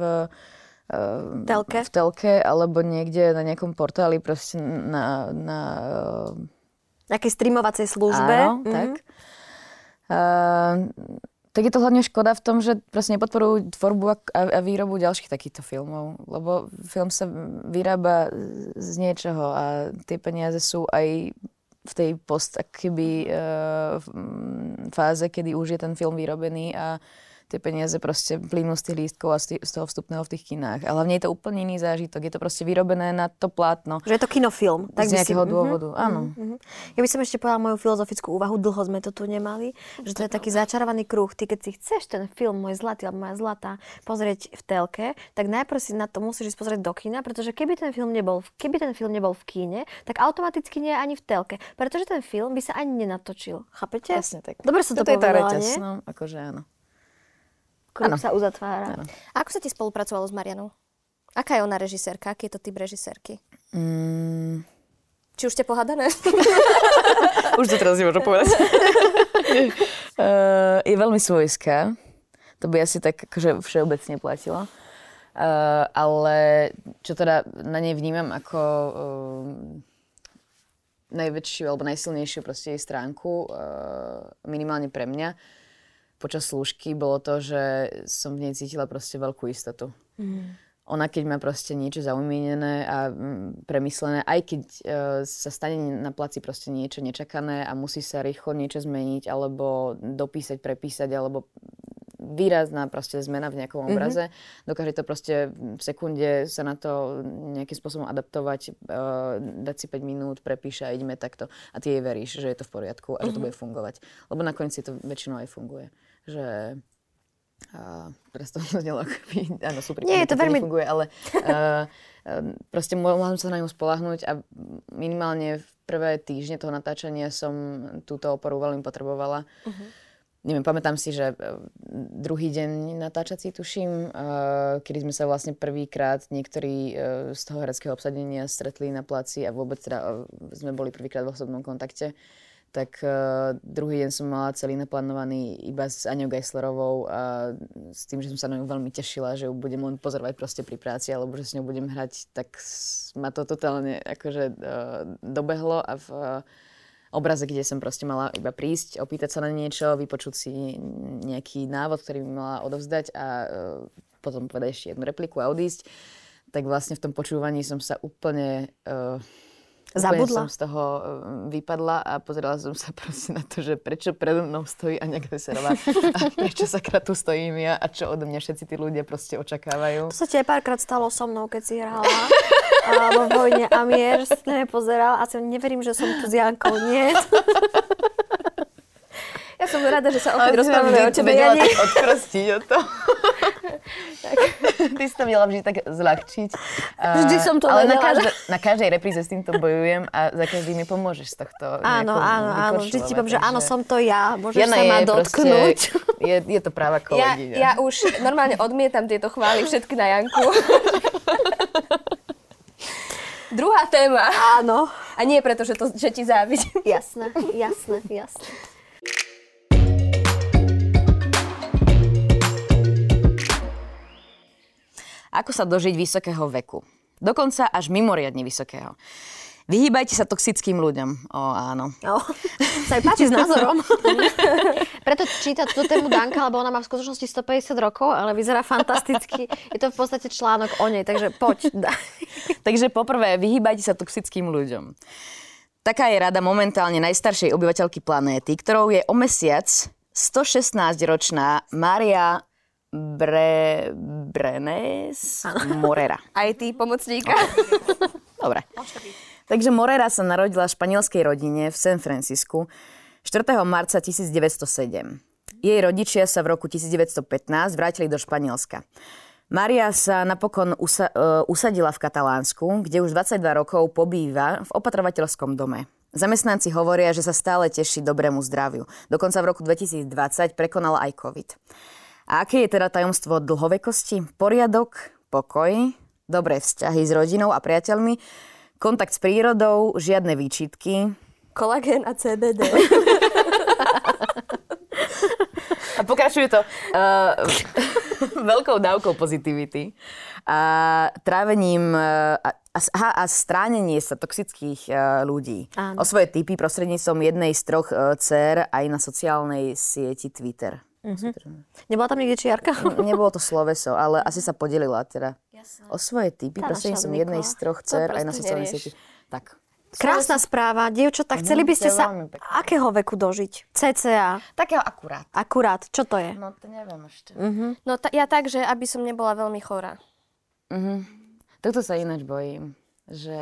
S3: eh,
S1: Telke.
S3: v telke alebo niekde na nejakom portáli proste na, na eh,
S1: Nejakej streamovacej službe.
S3: Áno,
S1: Mhm.
S3: tak. Uh, tak je to hlavne škoda v tom, že proste nepodporujú tvorbu a, a a výrobu ďalších takýchto filmov, lebo film sa vyrába z niečoho a tie peniaze sú aj v tej post akoby uh, fáze, kedy už je ten film vyrobený a tie peniaze proste plynú z tých lístkov a z, tých, z toho vstupného v tých kinách. A hlavne je to úplne iný zážitok, je to proste vyrobené na to plátno
S1: Že je to kinofilm. Tak by
S3: z
S1: si-
S3: nejakého
S1: Mhm.
S3: dôvodu. Áno.
S1: Mhm. Ja by som ešte povedala moju filozofickú úvahu, dlho sme to tu nemali, že to je taký začarovaný kruh. Ty keď si chceš ten film Môj zlatý alebo Moja zlatá pozrieť v telke, tak najprv si na to musíš ísť pozrieť do kína, pretože keby ten film nebol, v- keby ten film nebol v kíne, tak automaticky nie je ani v telke, pretože ten film by sa ani nenatočil. Chápete?
S3: Presne tak.
S1: Dobre som to
S3: Toto je tá
S1: povedala,
S3: reťaz,
S1: nie?
S3: no, akože áno.
S1: Kruh
S3: Áno.
S1: sa uzatvára.
S2: A ako sa ti spolupracovalo s Marianou? Aká je ona režisérka? Aký je to typ režisérky?
S3: Mm,
S2: Či už ste pohádané?
S3: už to teraz nemôžem povedať. uh, je veľmi svojská. To by asi tak akože všeobecne platilo. Uh, ale čo teda na nej vnímam ako um, najväčšiu alebo najsilnejšiu proste jej stránku, eh, minimálne pre mňa, počas slúžky bolo to, že som v nej cítila proste veľkú istotu. Mm. Ona keď má proste niečo zaumienené a mm, premyslené, aj keď eh, sa stane na placi proste niečo nečakané a musí sa rýchlo niečo zmeniť alebo dopísať, prepísať alebo výrazná proste zmena v nejakom obraze. Mm-hmm. Dokáže to proste v sekunde sa na to nejakým spôsobom adaptovať, uh, dať si 5 minút, prepíše a ideme takto. A ty jej veríš, že je to v poriadku a že
S1: Mhm.
S3: to bude fungovať. Lebo nakoniec si to väčšinou aj funguje. Že a teraz to znelo akoby, áno, sú prípady,
S1: Nie, je to
S3: keď
S1: veľmi-
S3: nefunguje, ale uh, proste mohla som sa na ňu spolahnuť a minimálne v prvé týždne toho natáčania som túto oporu veľmi potrebovala. Uh-huh. Neviem, pamätám si, že e, druhý deň natáčací tuším, e, kedy sme sa vlastne prvýkrát niektorí e, z toho hereckého obsadenia stretli na placi a vôbec teda e, sme boli prvýkrát v osobnom kontakte, tak e, druhý deň som mala celý naplánovaný iba s Aňou Geislerovou a s tým, že som sa na ňu veľmi tešila, že ju budem len pozorovať proste pri práci alebo že s ňou budem hrať, tak s- ma to totálne akože e, dobehlo a v, obraze, kde som proste mala iba prísť, opýtať sa na niečo, vypočuť si nejaký návod, ktorý mi mala odovzdať a e, potom povedať ešte jednu repliku a odísť, tak vlastne v tom počúvaní som sa úplne... Uh,
S1: Zabudla.
S3: som z toho e, vypadla a pozerala som sa proste na to, že prečo predo mnou stojí Aňa Gleserová a prečo sakra tu stojím ja a čo odo mňa všetci tí ľudia proste
S1: To
S3: očakávajú.
S1: sa ti aj párkrát stalo so mnou, keď si hrala. Alebo v vojne Amier, že si to nepozeral a som neverím, že som tu s Jankou. Nie.
S2: ja som rada, že sa opäť
S3: Ale ty ma
S2: rozprávame o
S3: vždy
S2: tebe.
S3: Vedela
S2: Jani.
S3: tak odprostiť od toho. Ty si to vedela vždy tak zľahčiť.
S2: Vždy som to
S3: Ale
S2: vedela.
S3: na, každej, na každej repríze s týmto bojujem a za každý mi pomôžeš z tohto.
S1: Áno,
S3: nejako
S1: áno, áno. Vždy ti
S3: vykorčulovať,
S1: poviem, že áno,
S3: takže
S1: som to ja. Môžeš
S3: Jana
S1: sa ma
S3: je proste-
S1: dotknúť.
S3: Je, je to práva
S2: Ja,
S3: kolegyňa.
S2: ja už normálne odmietam tieto chvály všetky na Janku. Druhá téma.
S1: Áno.
S2: A nie preto, že, to, že ti závidím.
S1: Jasné, jasné, jasné.
S3: Ako sa dožiť vysokého veku? Dokonca až mimoriadne vysokého. Vyhýbajte sa toxickým ľuďom. O, áno.
S1: No. Sa aj páči s názorom. Preto číta túto tému Danka, lebo ona má v skutočnosti 150 rokov, ale vyzerá fantasticky. Je to v podstate článok o nej, takže poď.
S3: Takže poprvé, vyhýbajte sa toxickým ľuďom. Taká je rada momentálne najstaršej obyvateľky planéty, ktorou je o mesiac 116-ročná Maria Bre... Brenes Morera.
S2: Aj ty, pomocníka.
S3: Dobre. Takže Morera sa narodila v španielskej rodine v San Francisku 4. marca 1907. Jej rodičia sa v roku 1915 vrátili do Španielska. Maria sa napokon usa- eh, usadila v Katalánsku, kde už 22 rokov pobýva v opatrovateľskom dome. Zamestnanci hovoria, že sa stále teší dobrému zdraviu. Dokonca v roku 2020 prekonala aj COVID. A aké je teda tajomstvo dlhovekosti? Poriadok, pokoj, dobré vzťahy s rodinou a priateľmi, kontakt s prírodou, žiadne výčitky,
S2: Kolagén a CBD.
S5: A pokračuje to uh, veľkou dávkou pozitivity a trávením uh, a, aha, a stránenie sa toxických uh, ľudí.
S1: Áno.
S5: O svoje typy prostredníctvom jednej z troch uh, dcer aj na sociálnej sieti Twitter. Mhm. hm,
S1: Nebola tam niekde čiarka?
S3: No,
S5: Nebolo to sloveso, ale asi sa podelila teda. Jasne. O svoje typy
S1: Tá
S5: prostredníctvom
S1: naša
S5: jednej z
S1: Nikola.
S5: troch dcer aj na
S2: proste
S5: sociálnej
S2: nerieš.
S5: sieti. Tak.
S1: Krásna správa. Dievčatá, chceli by ste
S5: to je
S1: sa
S5: veľmi pekné.
S1: akého veku dožiť? CCA.
S5: Takého akurát.
S1: Akurát. Čo to je?
S5: No to neviem ešte.
S3: Mm.
S2: No ta, ja tak, že aby som nebola veľmi chorá.
S3: Toto sa ináč bojím, že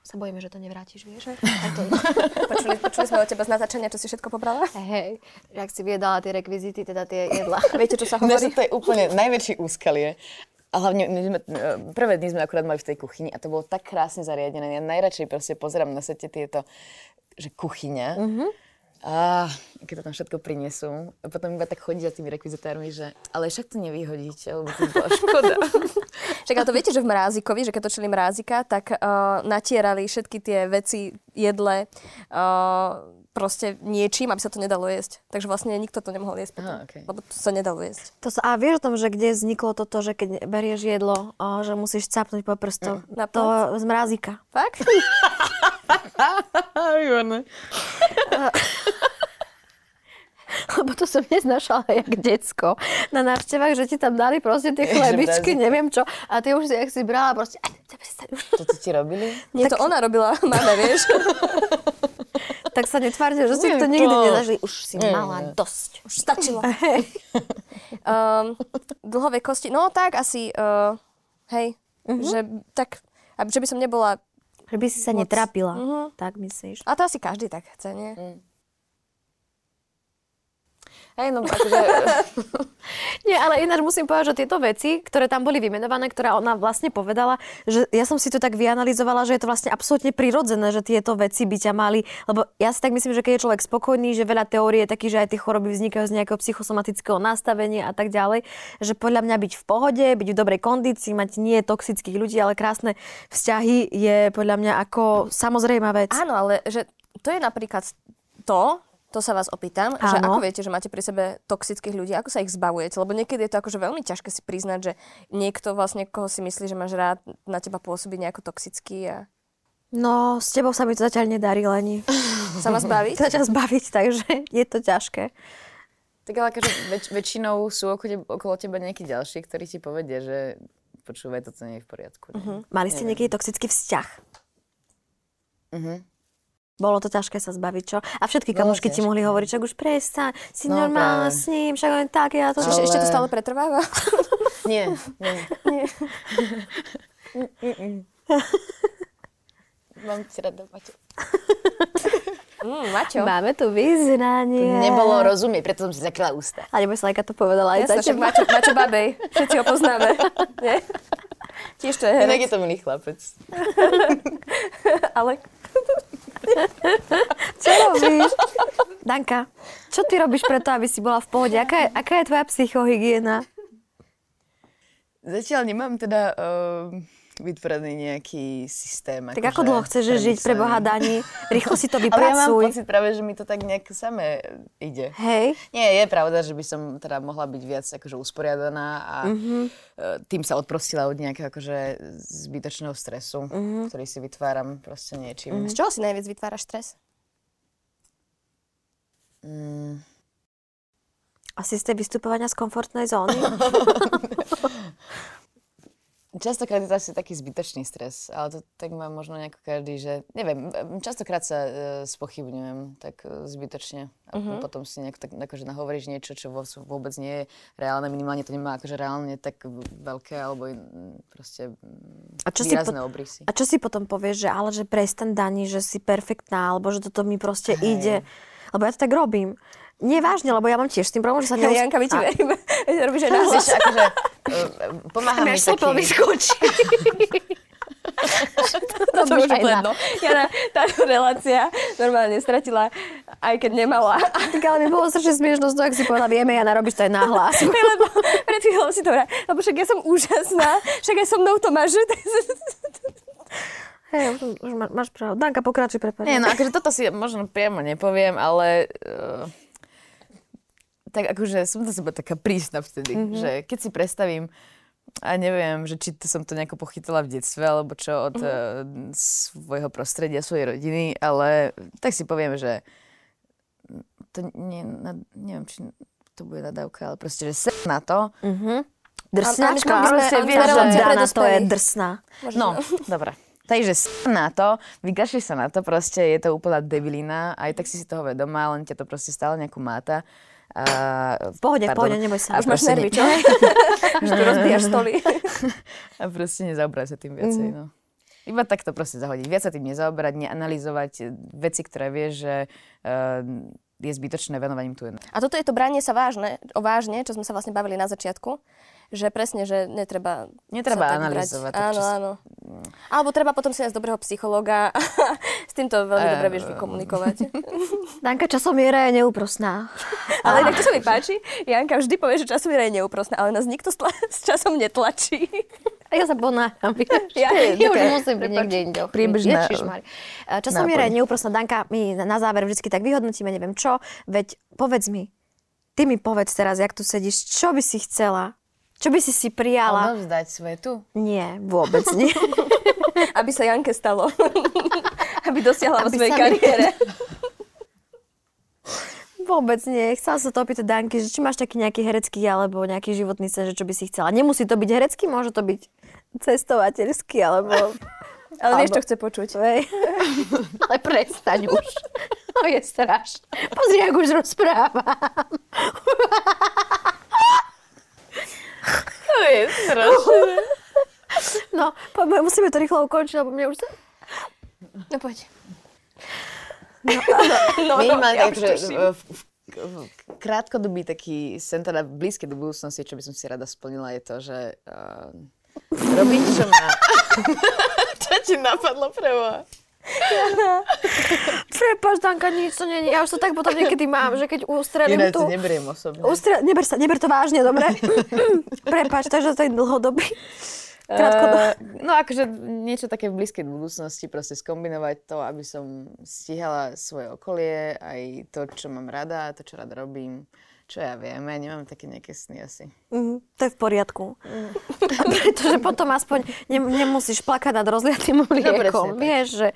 S1: Sa bojíme, že to nevrátiš, vieš?
S2: Počuli, počuli sme od teba z natáčania, čo si všetko pobrala?
S1: Hej, ak si viedala tie rekvizity, teda tie jedla.
S2: Viete, čo sa
S3: Mne sa
S2: hovorí?
S3: to je úplne najväčší úskalie. A hlavne my sme, e, prvé dni sme akurát mali v tej kuchyni a to bolo tak krásne zariadené. Ja najradšej proste pozerám na sete tieto, že kuchyňa. Mm-hmm. A keď to tam všetko prinesú. A potom iba tak chodí za tými rekvizitármi, že ale však to nevyhodíte, lebo to by bola škoda.
S2: Však ale to viete, že v Mrázikovi, že keď točili Mrázika, tak uh, natierali všetky tie veci, jedle, uh, proste niečím, aby sa to nedalo jesť. Takže vlastne nikto to nemohol jesť potom,
S3: Aha, okej.
S2: lebo to sa nedalo jesť.
S1: To sa, a vieš o tom, že kde vzniklo toto, že keď berieš jedlo, o, že musíš capnúť po prstoch?
S2: Na
S1: to z mrázika.
S2: Fakt?
S3: Výborné.
S1: Lebo to som neznašala jak decko. Na návštevách, že ti tam dali proste tie
S3: Ježe,
S1: chlebičky,
S3: mrazí.
S1: neviem čo. A ty už si, jak si brala, proste...
S3: Toto ti robili?
S2: Nie, to ona robila, máme, vieš.
S1: Tak sa netvárte, že si to
S3: Neviem,
S1: nikdy
S3: to-
S1: nezažili. Už si mala dosť.
S2: Už stačilo. um, dlhovekosti, no tak asi, uh, hej, že tak, aby, že by som nebola,
S1: Že by si sa
S2: Moc.
S1: netrápila.
S2: Mhm.
S1: Tak myslíš.
S2: a to asi každý tak chce, nie?
S3: Hej, no akože
S1: Nie, ale ináč musím povedať, že tieto veci, ktoré tam boli vymenované, ktoré ona vlastne povedala, že ja som si to tak vyanalizovala, že je to vlastne absolútne prirodzené, že tieto veci by ťa mali, lebo ja si tak myslím, že keď je človek spokojný, že veľa teórie je taký, že aj tie choroby vznikajú z nejakého psychosomatického nastavenia a tak ďalej, že podľa mňa byť v pohode, byť v dobrej kondícii, mať nie toxických ľudí, ale krásne vzťahy je podľa mňa ako samozrejmá vec.
S2: Áno, ale že to je napríklad to, to sa vás opýtam, že
S1: Áno.
S2: ako viete, že máte pri sebe toxických ľudí, ako sa ich zbavujete, lebo niekedy je to akože veľmi ťažké si priznať, že niekto vlastne, koho si myslí, že máš rád, na teba pôsobí nejako toxický a
S1: No, s tebou sa mi to zatiaľ nedarí, Leni.
S2: sa ma zbaviť.
S1: Začal zbaviť, takže je to ťažké.
S3: Tak ale akože väč- väčšinou sú okolo teba, okolo teba nejakí ďalší, ktorí ti povedia, že počúvaj, toto nie je v poriadku. Uh-huh.
S1: Mali ste niekedy toxický vzťah? Mhm.
S3: Mhm.
S1: Bolo to ťažké sa zbaviť, čo? A všetky
S3: Bolo
S1: kamošky ti
S3: ťažké.
S1: mohli hovoriť, však už prestaň, si
S3: No,
S1: normálna
S3: práve.
S1: s ním, však len tak, ja to...
S2: Čiže
S1: Ale...
S2: ešte to stále pretrváva.
S3: Nie, nie. Mám ti rada, Maťo.
S2: Mm, Maťo.
S1: Máme tu vyznanie.
S3: Nebolo rozumieť, preto som si zakryla ústa.
S1: A nebo Slajka to povedala aj za
S2: Jasne, však
S1: teba.
S2: Maťo, Maťo Babej, všetci ho poznáme. Nie? Tiež to je
S3: Inak
S2: herec,
S3: je to milý chlapec.
S2: ale
S1: Čo robíš? Danka, čo ty robíš preto, aby si bola v pohode? Aká je, aká je tvoja psychohygiena?
S3: Zatiaľ nemám teda uh, vytvorený nejaký systém. akože
S1: Tak ako dlho chceš žiť pre Boha Dani? Rýchlo si to
S3: Ale ja mám
S1: vypracuj.
S3: pocit práve, že mi to tak nejak samé ide.
S1: Hej.
S3: Nie, je pravda, že by som teda mohla byť viac akože usporiadaná a
S1: Mhm.
S3: mm-hmm. tým sa odprostila od nejakého akože zbytočného stresu, mm-hmm.
S1: Mhm.
S3: ktorý si vytváram proste niečím.
S2: z čoho si najviac vytváraš stres?
S3: Mm.
S1: Asi z tej vystupovania z komfortnej zóny.
S3: Častokrát je to asi taký zbytočný stres, ale to tak má možno nejako každý, že neviem, m, častokrát sa e, spochybňujem tak e, zbytočne a
S1: Mhm.
S3: mm-hmm. potom si nejak tak akože nahovoríš niečo, čo vo, vôbec nie je reálne, minimálne to nemá akože reálne tak veľké alebo in- proste
S1: A
S3: a
S1: čo
S3: čo
S1: si
S3: výrazné
S1: pot-
S3: obrysy.
S1: A čo si potom povieš, že ale že prestan Dani, že si perfektná, alebo že toto mi proste Hej. ide. Lebo ja to tak robím. Nie vážne, lebo ja mám tiež s tým problém, že sa neus...
S2: Janka, my ti
S1: A-
S2: veríme. Robíš aj nás.
S3: Vieš, akože, e, pomáha mi
S1: Máš slepého
S3: taký...
S1: vyskočí.
S2: To, to
S1: už
S2: už
S1: aj na-
S2: jedno. Jana, táto relácia normálne stratila, aj keď nemala.
S1: Tak ale mi bolo strašne smiešno z toho, ak si povedala, vieme, Jana, robíš to aj nahlas.
S2: Lebo pred chvíľou si to vrá, lebo však ja som úžasná, však aj so mnou to máš.
S6: Hej, už, už má, máš pravdu. Danka, pokračuj, prepáč.
S3: Nie, no akože toto si možno priamo nepoviem, ale uh, tak akože som na seba taká prísna vtedy, mm-hmm. že keď si predstavím a neviem, že či to som to nejako pochytila v detstve, alebo čo od mm-hmm. uh, svojho prostredia, svojej rodiny, ale tak si poviem, že to nie, na, neviem, či to bude nadávka, ale proste, že sem na to.
S1: Mhm.
S3: A my
S1: Drsnačka.
S3: sme- my sme-
S1: Proste
S3: my
S1: vieš,
S3: sme
S1: že Dana
S3: relácie
S1: to
S2: predospelých.
S1: je drsná.
S3: No, dobre. Takže s- na to, vykašli sa na to, proste je to úplná debilina, aj tak si si toho vedomá, len ťa to proste stále nejakú máta. A, v
S1: pohode, v pohode, neboj sa.
S3: A
S1: Už
S3: máš nervy, čo?
S2: Už tu rozbíjaš stoly.
S3: A proste nezaoberať sa tým viacej,
S2: Mhm.
S3: mm. no. Iba takto proste zahodiť. Viac sa tým nezaoberať, neanalizovať veci, ktoré vieš, že uh, je zbytočné venovaním tu
S2: A toto je to branie sa vážne, o vážne, čo sme sa vlastne bavili na začiatku, že presne, že netreba
S3: Netreba
S2: sa tak
S3: analyzovať
S2: brať.
S3: to,
S2: Áno,
S3: čo si-
S2: áno.
S3: Mm.
S2: Alebo treba potom si nájsť dobrého psychológa. S týmto veľmi dobre vieš vykomunikovať.
S1: Danka časomiera je neúprosná.
S2: Ale inak, čo sa mi páči, Janka vždy povie, že časomiera je neúprosná, ale nás nikto stla- s časom netlačí.
S1: A ja sa ponáham. Ja,
S2: Ja-
S1: ja,
S2: ja
S1: už
S2: také-
S1: musím byť niekde inde.
S3: priebežná-
S1: Ježišmar. Časomiera je neúprosná. Danka, my na- na záver vždy tak vyhodnotíme, neviem čo. Veď povedz mi, ty mi povedz teraz, jak tu sedíš, čo by si chcela? Čo by si si prijala?
S3: Odovzdať svetu?
S1: Nie, vôbec nie.
S2: Aby sa Janke stalo. Aby dosiahla vo
S1: Aby
S2: svojej
S1: sa mi-
S2: kariére.
S1: Vôbec nie. Chcela sa to opýtať Danky, že či máš taký nejaký herecký alebo nejaký životný sen, že čo by si chcela. Nemusí to byť herecký, môže to byť cestovateľský alebo...
S2: Ale vieš, čo chce počuť. No,
S1: Hej. Ale prestaň už. To je strašné. Pozri, ak už rozpráva.
S3: To je strašné.
S1: No, poďme, musíme to rýchlo ukončiť, lebo mne už sa...
S2: No poď. no,
S3: Minimálne tak, že v, v, v krátkodobý taký sen, teda v blízkej do budúcnosti, čo by som si rada splnila, je to, že uh, robiť, čo má... čo ti napadlo pre vás?
S6: Prepač, Danka, nič to není. Ja už to tak potom niekedy mám, že keď ustrelím
S3: Ináč
S6: tu...
S3: to neberiem osobne.
S6: Ustre... Neber, sa, neber to vážne, dobre? Prepač, takže to je dlhodobý. Krátko,
S3: Eh, no akože niečo také v blízkej budúcnosti, proste skombinovať to, aby som stíhala svoje okolie, aj to, čo mám rada, to, čo rada robím, čo ja viem, ja nemám také nejaké sny asi.
S6: Mhm, to je v poriadku. Pretože potom aspoň ne, nemusíš plakať nad rozliatým mliekom.
S3: tak.
S6: vieš, že...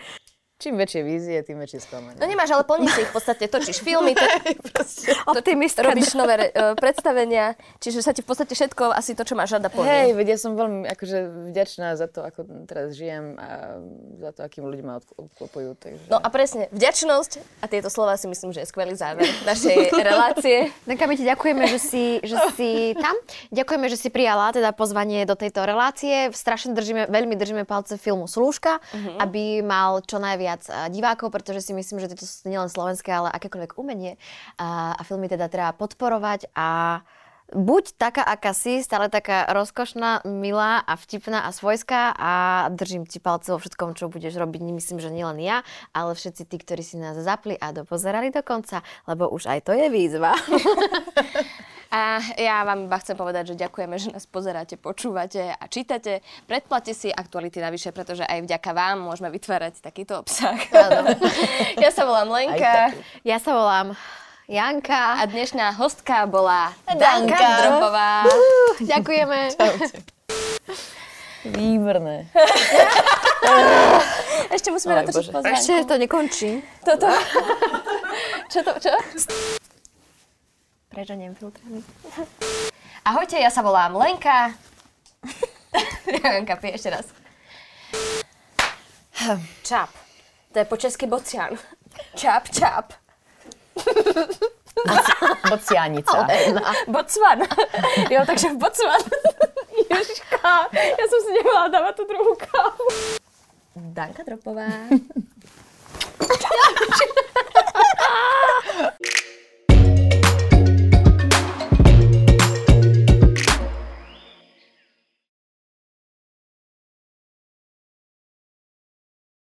S3: Čím väčšie vízie, tým
S2: No
S3: väčšie sklamanie.
S2: nemáš, ale plníš si ich v podstate. Točíš filmy, to,
S6: Optimistka.
S2: robíš nové re- e, predstavenia, čiže sa ti v podstate všetko asi to, čo máš rada povie.
S3: Hej, veď ja som veľmi akože vďačná za to, ako teraz žijem a za to, akým ľudí ma odk- obklopujú, takže...
S2: No a presne, vďačnosť a tieto slova si myslím, že je skvelý záver našej relácie.
S1: Danka, my ti No, ďakujeme, že si, že si tam. Ďakujeme, že si prijala teda pozvanie do tejto relácie. Strašne držíme, veľmi držíme palce filmu Slúžka, aby mal čo najviac eh, divákov, pretože si myslím, že to sú nielen slovenské, ale akékoľvek umenie. A, a filmy teda treba podporovať a buď taká, aká si, stále taká rozkošná, milá a vtipná a svojská a držím ti palce vo všetkom, čo budeš robiť. Myslím, že nielen ja, ale všetci tí, ktorí si nás zapli a dopozerali do konca, lebo už aj to je výzva.
S2: A ja vám iba chcem povedať, že ďakujeme, že nás pozeráte, počúvate a čítate. Predplate si aktuality navyše, pretože aj vďaka vám môžeme vytvárať takýto obsah. ja sa volám Lenka
S1: Ja sa volám Janka.
S2: a dnešná hostka bola Danka Drobová.
S1: Ďakujeme.
S3: Výborné.
S2: Ešte musíme natočiť pozvanie.
S1: Ešte to nekončí.
S2: Toto. čo to, čo?
S1: Prečo neviem filtrami?
S2: Ahojte, ja sa volám Lenka. Lenka, pije ešte raz. Čap. To je po česky bocian. Čap, čap.
S3: Bocianica.
S2: Bocvan. jo, takže Bocvan. Ježiška, ja som si nemala dávať tú druhú kávu. Danka Dropová.